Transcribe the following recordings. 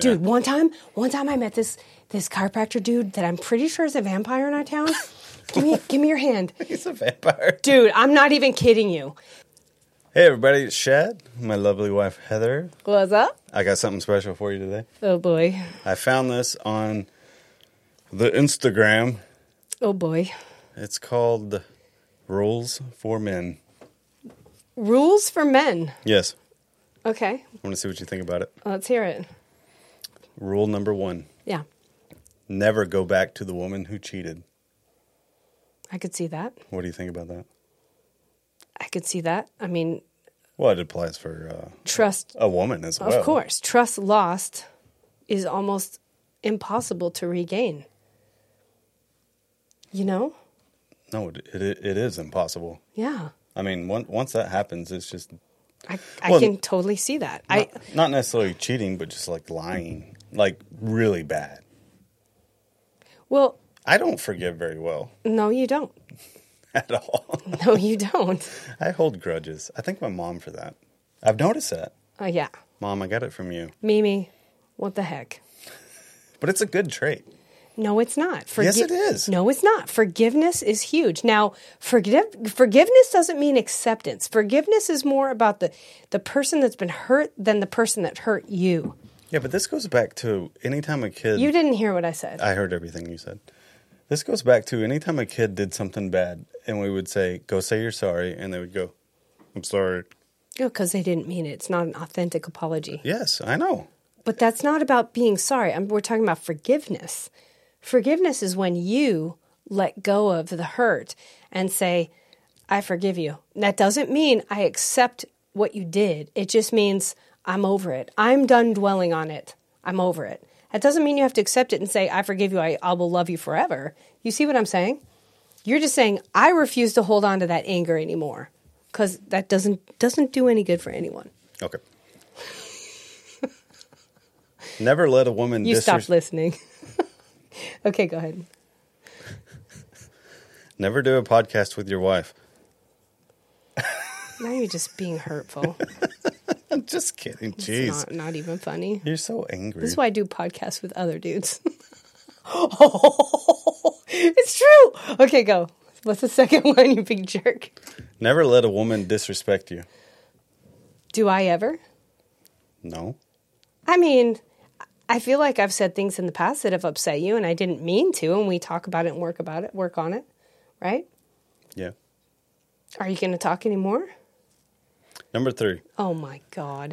Dude, one time, one time I met this this chiropractor dude that I'm pretty sure is a vampire in our town. give me give me your hand. He's a vampire. Dude, I'm not even kidding you. Hey, everybody, it's Shad, my lovely wife Heather. What's up? I got something special for you today. Oh boy. I found this on the Instagram. Oh boy. It's called Rules for Men. Rules for men. Yes, Okay. I want to see what you think about it. Let's hear it. Rule number one Yeah. never go back to the woman who cheated. I could see that. What do you think about that? I could see that. I mean, Well, it applies for uh, trust a woman as well. Of course, trust lost is almost impossible to regain. You know? No, it, it, it is impossible. Yeah. I mean, on- once that happens, it's just I, I Well, can totally see that. I not, not necessarily cheating, but just like lying, like really bad. well, I don't forgive very well no you don't. at all. No you don't. I hold grudges. I thank my mom for that. I've noticed that. Uh, yeah. Mom, I got it from you. Mimi, what the heck? But it's a good trait. No, it's not. Yes, it is. No, it's not. Forgiveness is huge. Now, forgive forgiveness doesn't mean acceptance. Forgiveness is more about the the person that's been hurt than the person that hurt you. Yeah, but this goes back to anytime a kid. You didn't hear what I said. I heard everything you said. This goes back to anytime a kid did something bad and we would say, go say you're sorry. And they would go, I'm sorry. because Oh, they didn't mean it. It's not an authentic apology. Yes, I know. But that's not about being sorry. I'm, we're talking about forgiveness. Forgiveness is when you let go of the hurt and say, I forgive you. And That doesn't mean I accept what you did. It just means I'm over it. I'm done dwelling on it. I'm over it. That doesn't mean you have to accept it and say, I forgive you. I, I will love you forever. You see what I'm saying? You're just saying, I refuse to hold on to that anger anymore because that doesn't, doesn't do any good for anyone. Okay. Never let a woman You disres- stopped listening. okay, go ahead. Never do a podcast with your wife. Now you're just being hurtful. I'm just kidding. Jeez. It's not, not even funny. You're so angry. This is why I do podcasts with other dudes. it's true. Okay, go. What's the second one, you big jerk? Never let a woman disrespect you. Do I ever? No. I mean, I feel like I've said things in the past that have upset you and I didn't mean to, and we talk about it and work about it, work on it, right? Yeah. Are you going to talk anymore? Number three. Oh my God.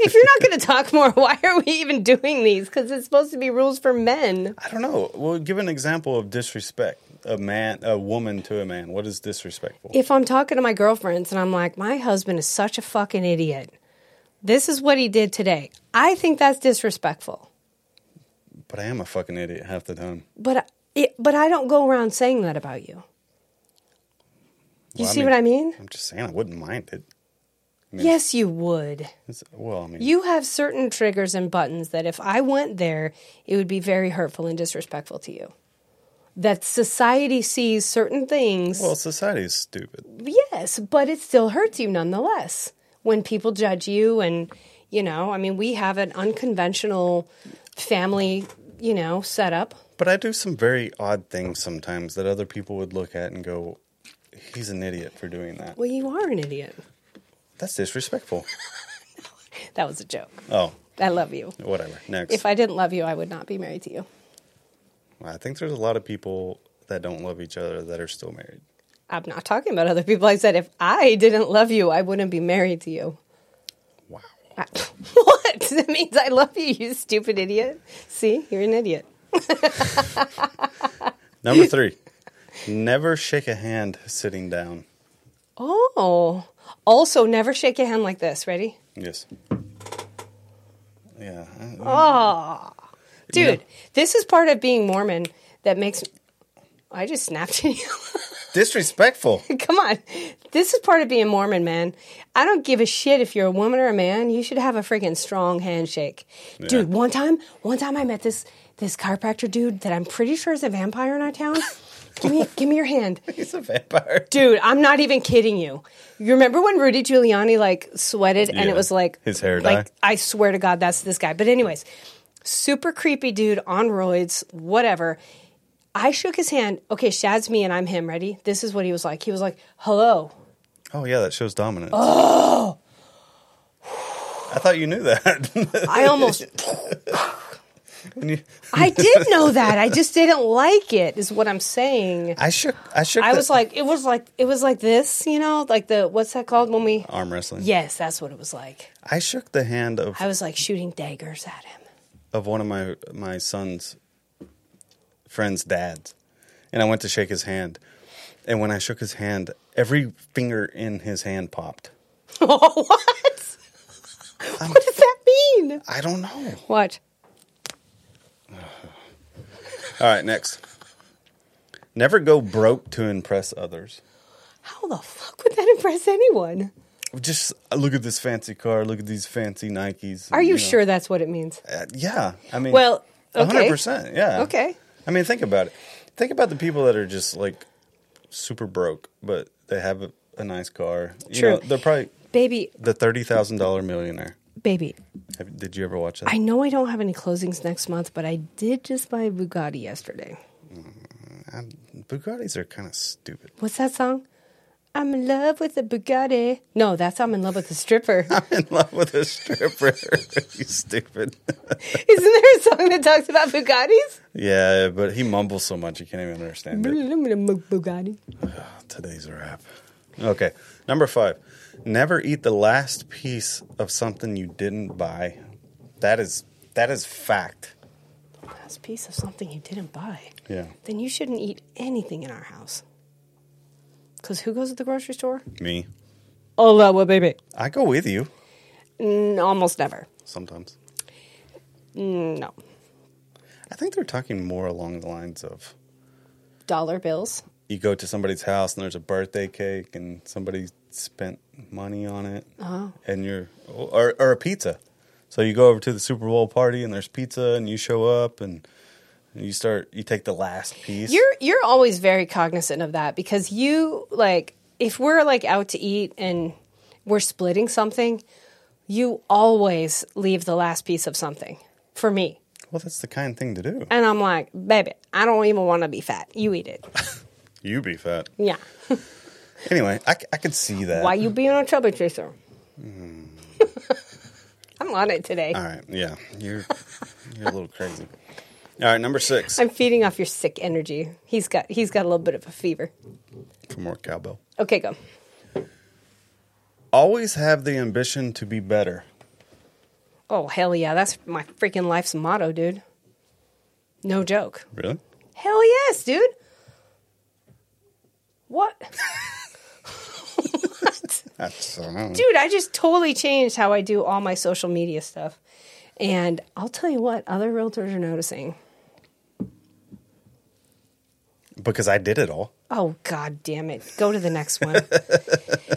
if you're not going to talk more, why are we even doing these? Because it's supposed to be rules for men. I don't know. Well, give an example of disrespect. A man, a woman to a man. What is disrespectful? If I'm talking to my girlfriends and I'm like, my husband is such a fucking idiot, this is what he did today. I think that's disrespectful. But I am a fucking idiot half the time. But it, but I don't go around saying that about you. You Well, see what I mean? I'm just saying I wouldn't mind it. Yes, you would. It's, well, I mean, You have certain triggers and buttons that if I went there, it would be very hurtful and disrespectful to you. That society sees certain things. well, society is stupid. Yes, but it still hurts you nonetheless when people judge you. And, you know, I mean, we have an unconventional family, you know, setup. But I do some very odd things sometimes that other people would look at and go, "He's an idiot for doing that." Well, you are an idiot. That's disrespectful. That was a joke. oh, I love you. whatever. Next. If I didn't love you, I would not be married to you. I think there's a lot of people that don't love each other that are still married. I'm not talking about other people. I said, if I didn't love you, I wouldn't be married to you. Wow. I- what? That means I love you, you stupid idiot. See, you're an idiot. Number three. Never shake a hand sitting down. Oh. Also, never shake a hand like this. Ready? Yes. Yeah. I- Oh. Dude, Yeah. this is part of being Mormon that makes. I just snapped at you. Disrespectful. Come on. This is part of being Mormon, man. I don't give a shit if you're a woman or a man. You should have a freaking strong handshake, dude. One time, one time I met this this chiropractor dude that I'm pretty sure is a vampire in our town. give me, give me your hand. He's a vampire. Dude, I'm not even kidding you. You remember when Rudy Giuliani like sweated and Yeah. it was like His hair like, dye. I swear to God, that's this guy. But anyways, super creepy dude on roids, whatever. I shook his hand. Okay, Shad's me and I'm him. Ready? This is what he was like. He was like, "Hello." Oh yeah, that shows dominance. Oh. I thought you knew that. I almost And you- I did know that. I just didn't like it. Is what I'm saying. I shook. I shook. I the- was like, it was like it was like this, you know, like the what's that called when we arm wrestling. Yes, that's what it was like. I shook the hand of, I was like shooting daggers at him. of one of my my son's friends' dads, and I went to shake his hand, and when I shook his hand, every finger in his hand popped. Oh, what? what does that mean? I don't know. What? All right, next. Never go broke to impress others. How the fuck would that impress anyone? Just uh, look at this fancy car. Look at these fancy Nikes. Are you, know. sure that's what it means? Uh, yeah. I mean, Well, a okay. 100%. Yeah. Okay. I mean, think about it. Think about the people that are just like super broke, but they have a, a nice car. You True. know, they're probably Baby, the $30,000 millionaire. baby, Have, did you ever watch that? I know I don't have any closings next month, but I did just buy a Bugatti yesterday. I'm, Bugattis are kind of stupid. What's that song? I'm in love with a Bugatti. No, that's I'm in love with a stripper. I'm in love with a stripper. you stupid. Isn't there a song that talks about Bugattis? yeah, but he mumbles so much you can't even understand it. Bugatti. Today's a wrap. Okay. Number five. Never eat the last piece of something you didn't buy. That is that is fact. That's a piece of something you didn't buy. Yeah. then you shouldn't eat anything in our house. Because who goes to the grocery store? Me. Oh, that well, baby. I go with you Mm, almost never. sometimes. Mm, No. I think they're talking more along the lines of Dollar bills. you go to somebody's house and there's a birthday cake and somebody spent money on it and you're or, or a pizza so you go over to the super bowl party and there's pizza and you show up and you start you take the last piece You're you're always very cognizant of that because you like if we're like out to eat and we're splitting something, you always leave the last piece of something for me. well that's the kind thing to do And I'm like, baby, I don't even want to be fat. You eat it. you be fat Yeah. anyway i, c- I could see that Why you being a trouble chaser? I'm on it today. all right yeah you're you're a little crazy all right number six I'm feeding off your sick energy. He's got he's got a little bit of a fever. for more cowbell Okay, go. always have the ambition to be better Oh hell yeah, that's my freaking life's motto, dude. No joke. really Hell yes, dude. What? what? that's, I don't know. Dude, I just totally changed how I do all my social media stuff. And I'll tell you what, other realtors are noticing. because i did it all Oh god damn it. Go to the next one.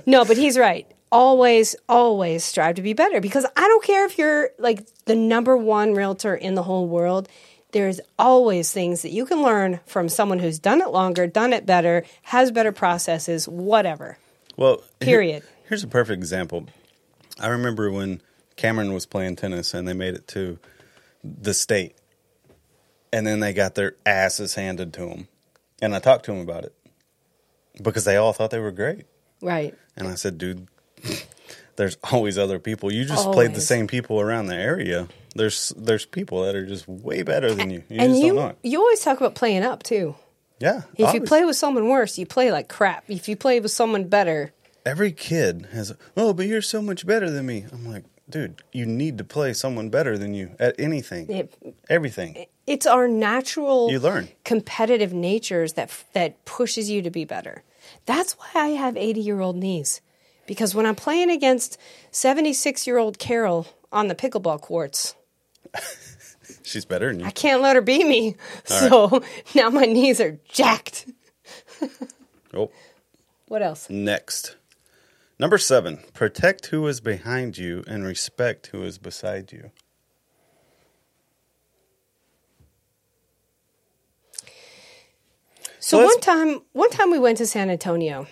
no, but he's right. Always, always strive to be better because I don't care if you're like the number one realtor in the whole world. There's always things that you can learn from someone who's done it longer, done it better, has better processes, whatever. Well, here- Period. here's a perfect example. I remember when Cameron was playing tennis and they made it to the state, and then they got their asses handed to them. And I talked to him about it because they all thought they were great. Right. And I said, dude, there's always other people. You just played the Always. same people around the area. There's there's people that are just way better than you. You and just you don't know. it. you always talk about playing up too. Yeah. If you obviously. play with someone worse, you play like crap. If you play with someone better, every kid has oh but you're so much better than me i'm like dude you need to play someone better than you at anything Yep. everything it's our natural You learn. competitive natures that that pushes you to be better. That's why I have 80-year-old knees because when I'm playing against 76-year-old Carol on the pickleball courts, she's better than you I can't let her beat me. so now my knees are jacked. oh What else? next Number seven, protect who is behind you and respect who is beside you. So Well, one that's- time, one time we went to San Antonio,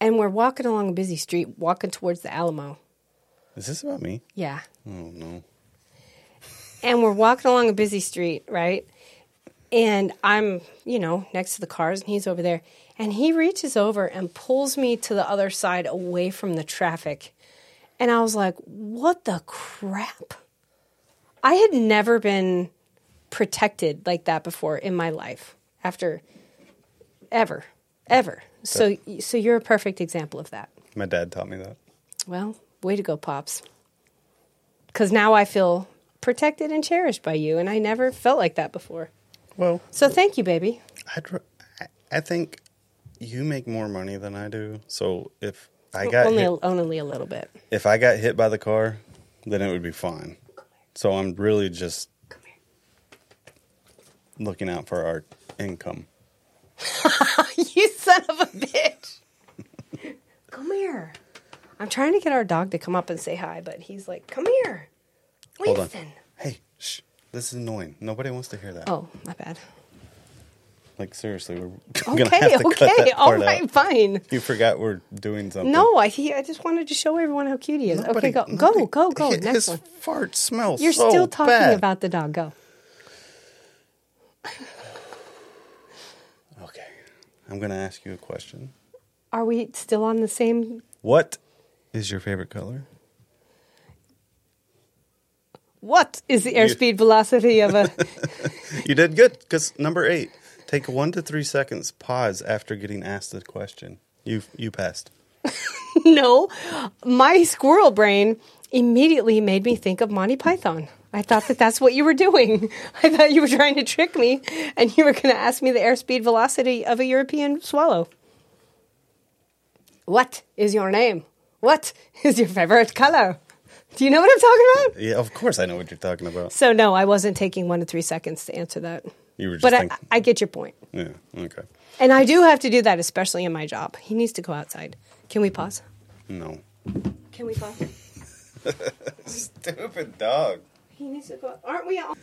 and we're walking along a busy street, walking towards the Alamo. Is this about me? Yeah, Oh, no. and we're walking along a busy street, right? And I'm, you know, next to the cars, and he's over there, and he reaches over and pulls me to the other side, away from the traffic. And I was like, "What the crap?" I had never been protected like that before in my life. After ever, ever. So, so you're a perfect example of that. My dad taught me that. Well, way to go, pops. Because now I feel protected and cherished by you, and I never felt like that before. Well, So thank you, baby. I'd, r- I- I think you make more money than I do. So if I got only hit, a, only a little bit. if I got hit by the car, then it would be fine. So I'm really just looking out for our income. you son of a bitch! come here. I'm trying to get our dog to come up and say hi, but he's like, "Come here, Hold on. Winston." Hey, shh. This is annoying. Nobody wants to hear that. Oh, my bad. Like seriously, we're gonna Okay, have to cut okay, that all part right, out. fine. You forgot we're doing something. No, I he, I just wanted to show everyone how cute he is. Nobody- okay, go, nobody- go, go, go. His Next one. fart smells. You're so still talking bad. about the dog. Go. Okay, I'm gonna ask you a question. Are we still on the same? What is your favorite color? What is the airspeed velocity of a? You did good because number eight. Take one to three seconds pause after getting asked the question. You you passed. no, my squirrel brain immediately made me think of Monty Python. I thought that that's what you were doing. I thought you were trying to trick me, and you were going to ask me the airspeed velocity of a European swallow. What is your name? What is your favorite color? Do you know what I'm talking about? Yeah, of course I know what you're talking about. So no, I wasn't taking one to three seconds to answer that. You were just but I, thinking. I get your point, Yeah. Okay. and I do have to do that, especially in my job. He needs to go outside. Can we pause? No. Can we pause? Stupid dog. He needs to go. Aren't we all?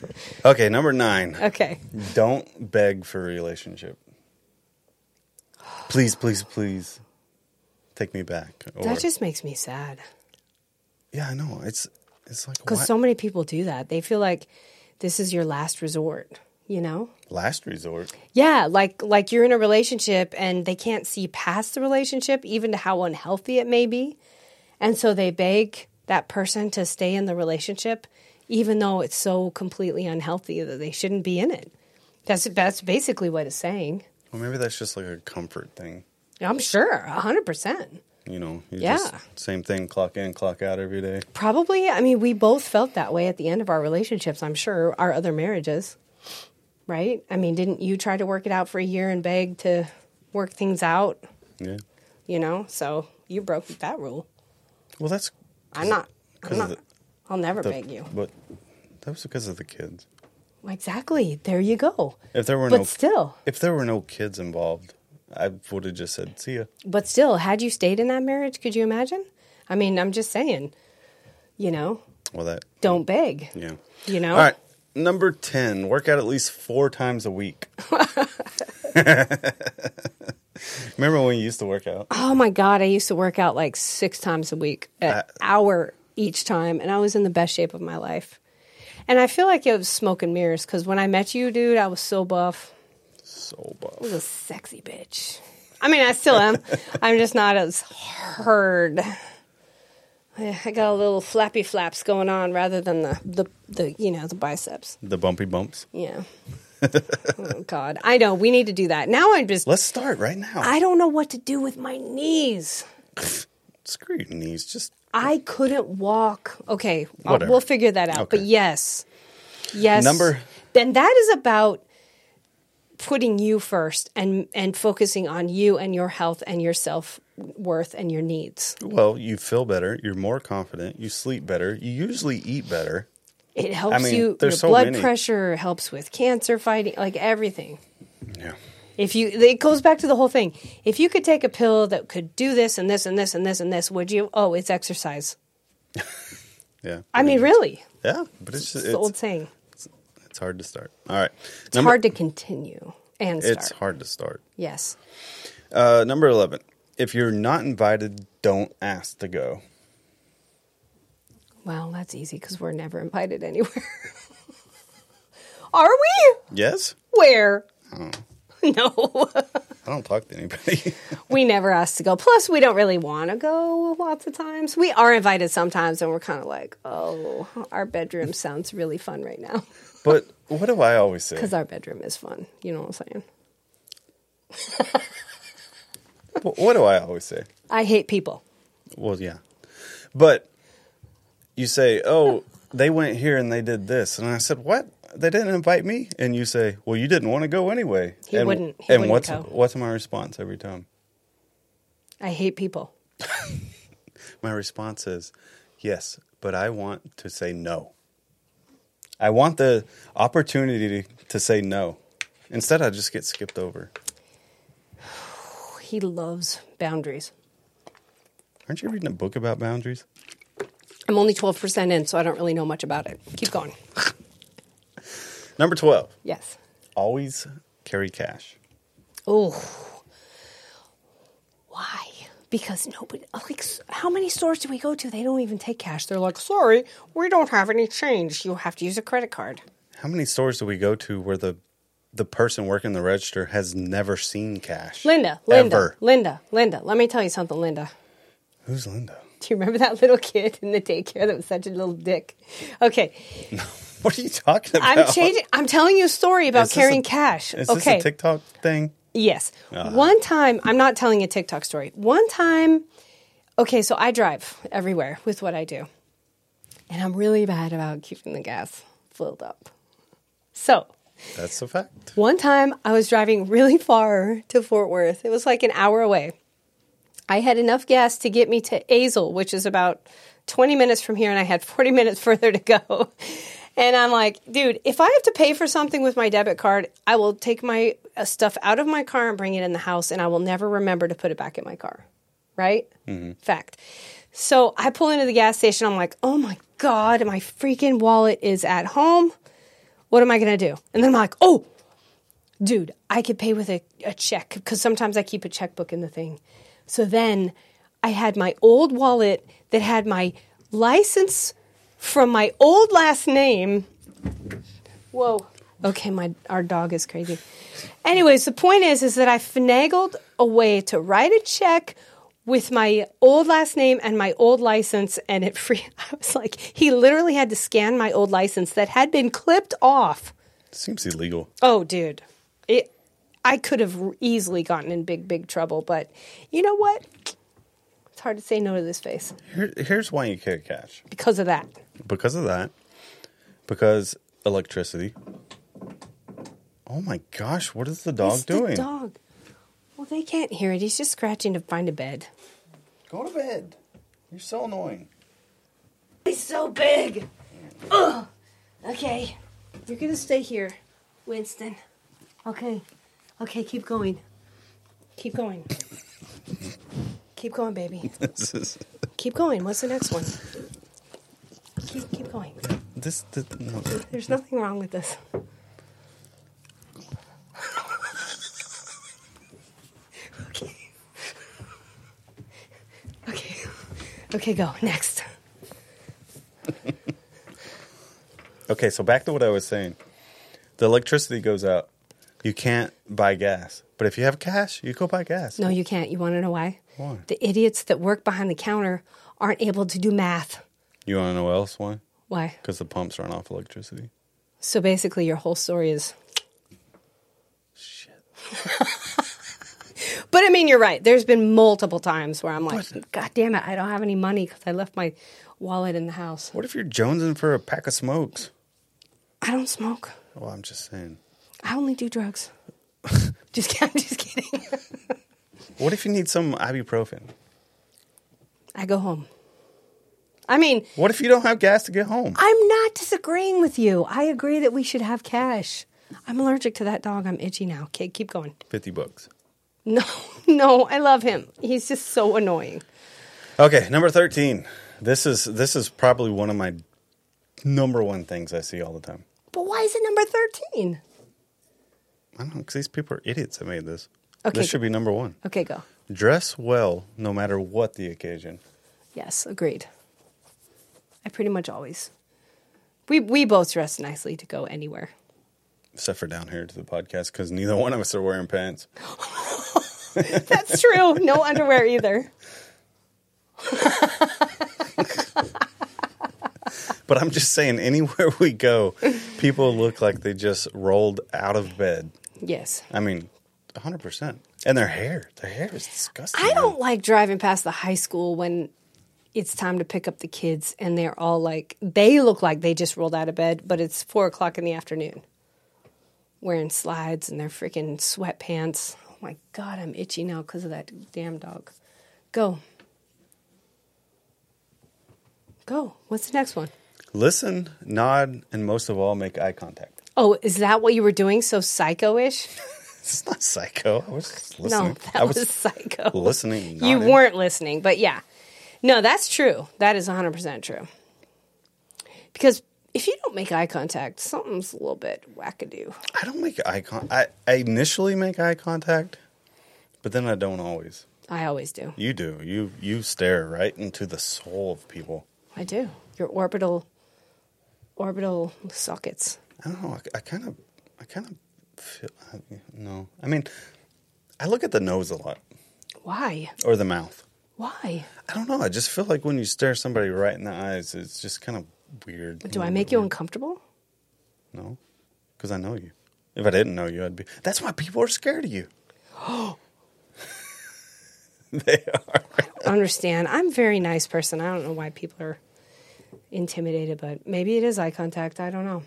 Okay, number nine. Okay. Don't beg for a relationship. Please, please, please, take me back. Or, That just makes me sad yeah, I know. It's it's like because why- so many people do that. They feel like this is your last resort, you know? last resort. Yeah, like like you're in a relationship and they can't see past the relationship even to how unhealthy it may be. And so they beg that person to stay in the relationship even though it's so completely unhealthy that they shouldn't be in it. That's that's basically what it's saying. Well, maybe that's just like a comfort thing. I'm sure, 100%. You know, you Yeah. just same thing, clock in, clock out every day. Probably. I mean, we both felt that way at the end of our relationships, I'm sure, our other marriages, right? I mean, didn't you try to work it out for a year and beg to work things out, Yeah. you know? So you broke that rule. Well, that's I'm not, I'm 'cause of not, I'll never the- beg you. But that was because of the kids. Exactly. There you go. If there were But no still, if there were no kids involved, I would have just said, "See ya." but still, had you stayed in that marriage, could you imagine? I mean, I'm just saying, you know, Well, that don't beg, yeah. you know? All right, number ten. Work out at least four times a week. Remember when you used to work out? Oh my God, I used to work out like six times a week, an hour each time, and I was in the best shape of my life. And I feel like it was smoke and mirrors because when I met you, dude, I was so buff. So buff. I was a sexy bitch. I mean, I still am. I'm just not as hard. I I got a little flappy flaps going on rather than the, the, the you know, the biceps. The bumpy bumps. Yeah. oh, God. I know. We need to do that. Now I'm just, Let's start right now. I don't know what to do with my knees. Screw your knees. Just I couldn't walk. Okay, I'll- Whatever. we'll figure that out. But Okay. yes, yes. Number- Then that is about putting you first and and focusing on you and your health and your self worth and your needs. well, you feel better. You're more confident. You sleep better. You usually eat better. It helps mean, you. Your there's so blood many. pressure helps with cancer fighting, like everything. Yeah. If you, it goes back to the whole thing. If you could take a pill that could do this and this and this and this and this, would you? Oh, it's exercise. Yeah. I mean, really, yeah, but it's just, it's the old it's, saying. it's hard to start. All right. It's hard to continue and start. It's hard to start. Yes. Uh, number 11. If you're not invited, don't ask to go. Well, that's easy because we're never invited anywhere. Are we? Yes? Where? No, I don't talk to anybody. we never ask to go. Plus, we don't really want to go lots of times. We are invited sometimes, and we're kind of like, oh, our bedroom sounds really fun right now but what do I always say? because our bedroom is fun. You know what I'm saying? Wh- What do I always say? I hate people. Well, yeah. But you say, oh, they went here and they did this. And I said, what? They didn't invite me? And you say, well, you didn't want to go anyway. He and, wouldn't- he and wouldn't what's, go. what's my response every time? I hate people. My response is, yes, but I want to say no. I want the opportunity to, to say no. Instead, I just get skipped over. He loves boundaries. Aren't you reading a book about boundaries? I'm only 12% in, so I don't really know much about it. Keep going. Number 12, Yes. always carry cash. Oh. Why? Because nobody, like, s- how many stores do we go to? They don't even take cash. They're like, sorry, we don't have any change. You have to use a credit card. How many stores do we go to where the the person working the register has never seen cash? Linda, Linda, Ever. Linda, Linda, let me tell you something, Linda. Who's Linda? Do you remember that little kid in the daycare that was such a little dick? Okay, What are you talking about? I'm changing. I'm telling you a story about Is this carrying a- cash. Is okay, this a TikTok thing? Yes. One time, I'm not telling a TikTok story. One time, okay, so I drive everywhere with what I do. And I'm really bad about keeping the gas filled up. So, That's a fact. one time I was driving really far to Fort Worth. It was like an hour away. I had enough gas to get me to Azle, which is about 20 minutes from here, and I had 40 minutes further to go. And I'm like, dude, if I have to pay for something with my debit card, I will take my uh, stuff out of my car and bring it in the house, and I will never remember to put it back in my car. Right? Fact. So I pull into the gas station. I'm like, oh my God, my freaking wallet is at home. What am I going to do? And then I'm like, oh, dude, I could pay with a, a check because sometimes I keep a checkbook in the thing. So then I had my old wallet that had my license from my old last name. Whoa. Okay, my our dog is crazy. Anyways, the point is is that I finagled a way to write a check with my old last name and my old license and it free I was like he literally had to scan my old license that had been clipped off. Seems illegal. Oh, dude, it. I could have easily gotten in big, big trouble, but you know what? It's hard to say no to this face Here, here's why you carry cash. because of that. Because of that. Because electricity. Oh my gosh, what is the dog It's doing? The dog. Well, they can't hear it. He's just scratching to find a bed. Go to bed. You're so annoying. He's so big. Ugh. Okay, you're gonna stay here, Winston. Okay, okay, keep going. Keep going. keep going, baby. this is Keep going. What's the next one? Keep, keep going. this, this no. There's nothing wrong with this. okay. Okay. Okay, go. Next. Okay, so back to what I was saying. The electricity goes out. You can't buy gas. But if you have cash, you go buy gas. No, you can't. You want to know why? Why? The idiots that work behind the counter aren't able to do math. You want to know else why? Why? Because the pumps run off electricity. So basically, your whole story is. Shit. but I mean, you're right. There's been multiple times where I'm like, God damn it, I don't have any money because I left my wallet in the house. What if you're jonesing for a pack of smokes? I don't smoke. Well, I'm just saying. I only do drugs. just kidding. I'm just kidding. What if you need some ibuprofen? I go home. I mean, What if you don't have gas to get home? I'm not disagreeing with you. I agree that we should have cash. I'm allergic to that dog. I'm itchy now. Okay, keep going. 50 bucks. No, no, I love him. He's just so annoying. Okay, number 13. This is this is probably one of my number one things I see all the time. But why is it number 13? I don't know, because these people are idiots that made this. Okay. This should be number one. Okay, go. Dress well no matter what the occasion. Yes, agreed. I pretty much always. We we both dress nicely to go anywhere. Except for down here to the podcast, because neither one of us are wearing pants. That's true. No underwear either. But I'm just saying, anywhere we go, people look like they just rolled out of bed. Yes. I mean, 100%. And their hair. Their hair is disgusting. I man. don't like driving past the high school when it's time to pick up the kids and they're all like they look like they just rolled out of bed, but it's four o'clock in the afternoon. Wearing slides and their freaking sweatpants. Oh my god, I'm itchy now because of that damn dog. Go. Go. What's the next one? Listen, nod, and most of all, make eye contact. Oh, is that what you were doing? So psycho-ish? It's not psycho. I was just listening. No, I that was, psycho. listening. you nodding. weren't listening, but yeah. No, that's true. That is 100% true. Because if you don't make eye contact, something's a little bit wackadoo. I don't make eye contact. I, I initially make eye contact, but then I don't always. I always do. You do. You you stare right into the soul of people. I do. Your orbital orbital sockets. I don't know. I kind of, I kind of feel. I, no, I mean, I look at the nose a lot Why? or the mouth. Why? I don't know. I just feel like when you stare somebody right in the eyes, it's just kind of weird. Mm. Do I make you uncomfortable? No, because I know you. If I didn't know you, I'd be. That's why people are scared of you. they are. Understand. I'm a very nice person. I don't know why people are intimidated, but maybe it is eye contact. I don't know.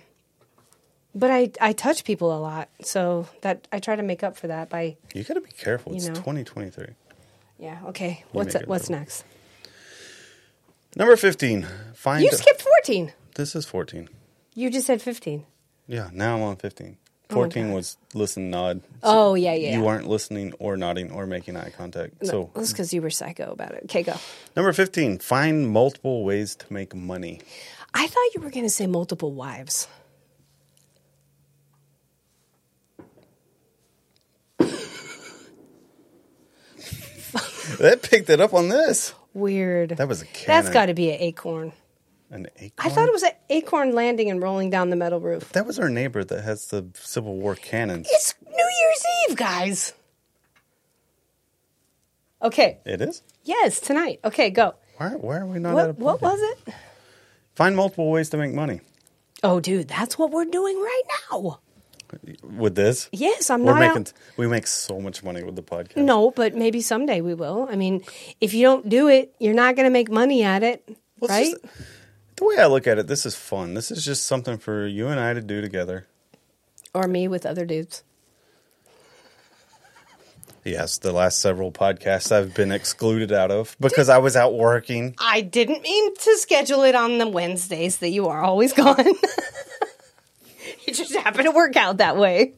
But I, I touch people a lot, so that I try to make up for that by You got to be careful. It's know. 2023. yeah. Okay, what's make it what's though. next? Number 15. Find You skipped 14. This is 14. You just said 15. Yeah, now I'm on 15. Oh my 14 was listen, nod. Oh, yeah, yeah. You weren't listening or nodding or making eye contact. So, That's because you were psycho about it. Okay, go. number 15, find multiple ways to make money. I thought you were going to say multiple wives. That picked it up on this. Weird. That was a That's cannon. got to be an acorn. An acorn. I thought it was an acorn landing and rolling down the metal roof. That was our neighbor that has the Civil War cannons. It's New Year's Eve, guys. Okay. It is? Yes, tonight. Okay, go. Why, why are we not at a What what party? was it? Find multiple ways to make money. Oh, dude, that's what we're doing right now. With this, Yes, I'm we're not making, out. we make so much money with the podcast. No, but maybe someday we will. I mean, if you don't do it, you're not going to make money at it, Well, it's right? just- the way I look at it, this is fun. This is just something for you and I to do together. or me with other dudes. Yes, the last several podcasts I've been excluded out of because I was out working. I didn't mean to schedule it on the Wednesdays that you are always gone. it just happened to work out that way.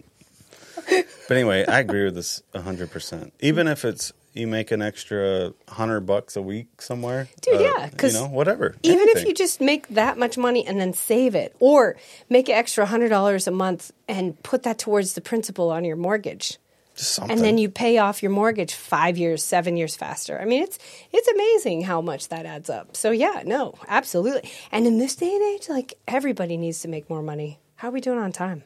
But anyway, I agree with this 100%. Even if it's you make an extra 100 bucks a week somewhere. uh, Dude, yeah, You 'cause know, whatever. Even if anything. you just make that much money and then save it, or make an extra hundred dollars a month and put that towards the principal on your mortgage, Just something. and then you pay off your mortgage five years, seven years faster. I mean, it's it's amazing how much that adds up. So yeah, no, absolutely. And in this day and age, like everybody needs to make more money. How are we doing on time?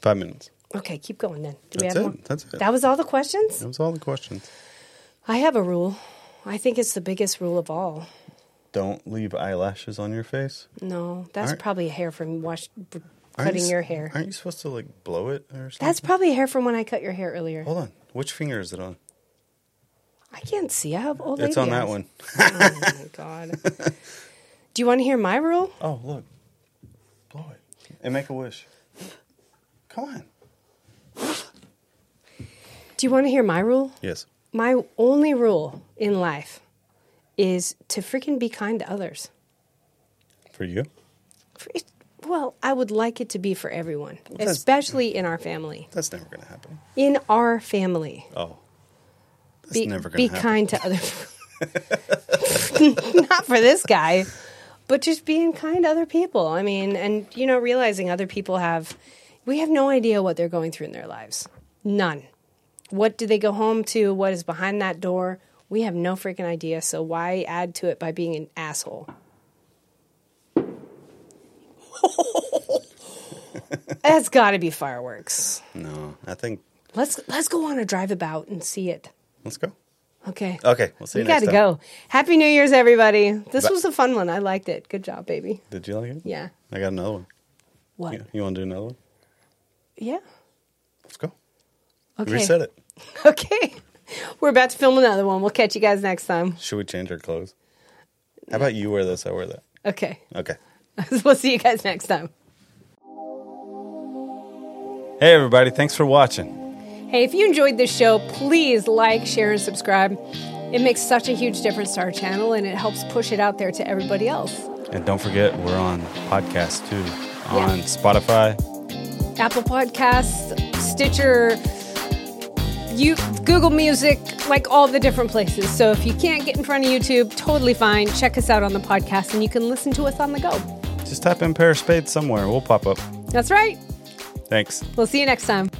Five minutes. Okay, keep going then. Do we That's have more? it. That's it. That was all the questions? That was all the questions. I have a rule. I think it's the biggest rule of all. Don't leave eyelashes on your face. No, that's Aren't- probably a hair from wash, b- Aren't cutting you s- your hair. Aren't you supposed to like blow it or something? That's probably a hair from when I cut your hair earlier. Hold on. Which finger is it on? I can't see. I have old It's lady on that eyes. one. oh my god. Do you want to hear my rule? Oh, look. Blow it. And make a wish. Come on. Do you want to hear my rule? Yes. My only rule in life is to freaking be kind to others. For you? It, well, I would like it to be for everyone, that's- especially in our family. That's never going to happen. In our family, Oh, that's be, never going be to happen. kind to other. Not for this guy, but just being kind to other people. I mean, and you know, realizing other people have, we have no idea what they're going through in their lives. None. What do they go home to? What is behind that door? We have no freaking idea. So why add to it by being an asshole? That's got to be fireworks. No, I think Let's let's go on a drive about and see it. let's go. Okay. Okay, we'll see We you next got to time. go. Happy New Year's, everybody. This Ba- was a fun one. I liked it. Good job, baby. Did you like it? Yeah. I got another one. What? Yeah, Yeah. You want to do another one? Let's go. Okay. Reset it. Okay. We're about to film another one. We'll catch you guys next time. Should we change our clothes? How about you wear this? I wear that. Okay. Okay. we'll see you guys next time. Hey, everybody. Thanks for watching. Hey, if you enjoyed this show, please like, share, and subscribe. It makes such a huge difference to our channel and it helps push it out there to everybody else. And don't forget, we're on podcast too Yeah. on Spotify. Apple Podcasts, Stitcher, you Google Music, like all the different places. So if you can't get in front of YouTube, totally fine. Check us out on the podcast and you can listen to us on the go. Just type in pair of spades somewhere. We'll pop up. That's right. Thanks. We'll see you next time.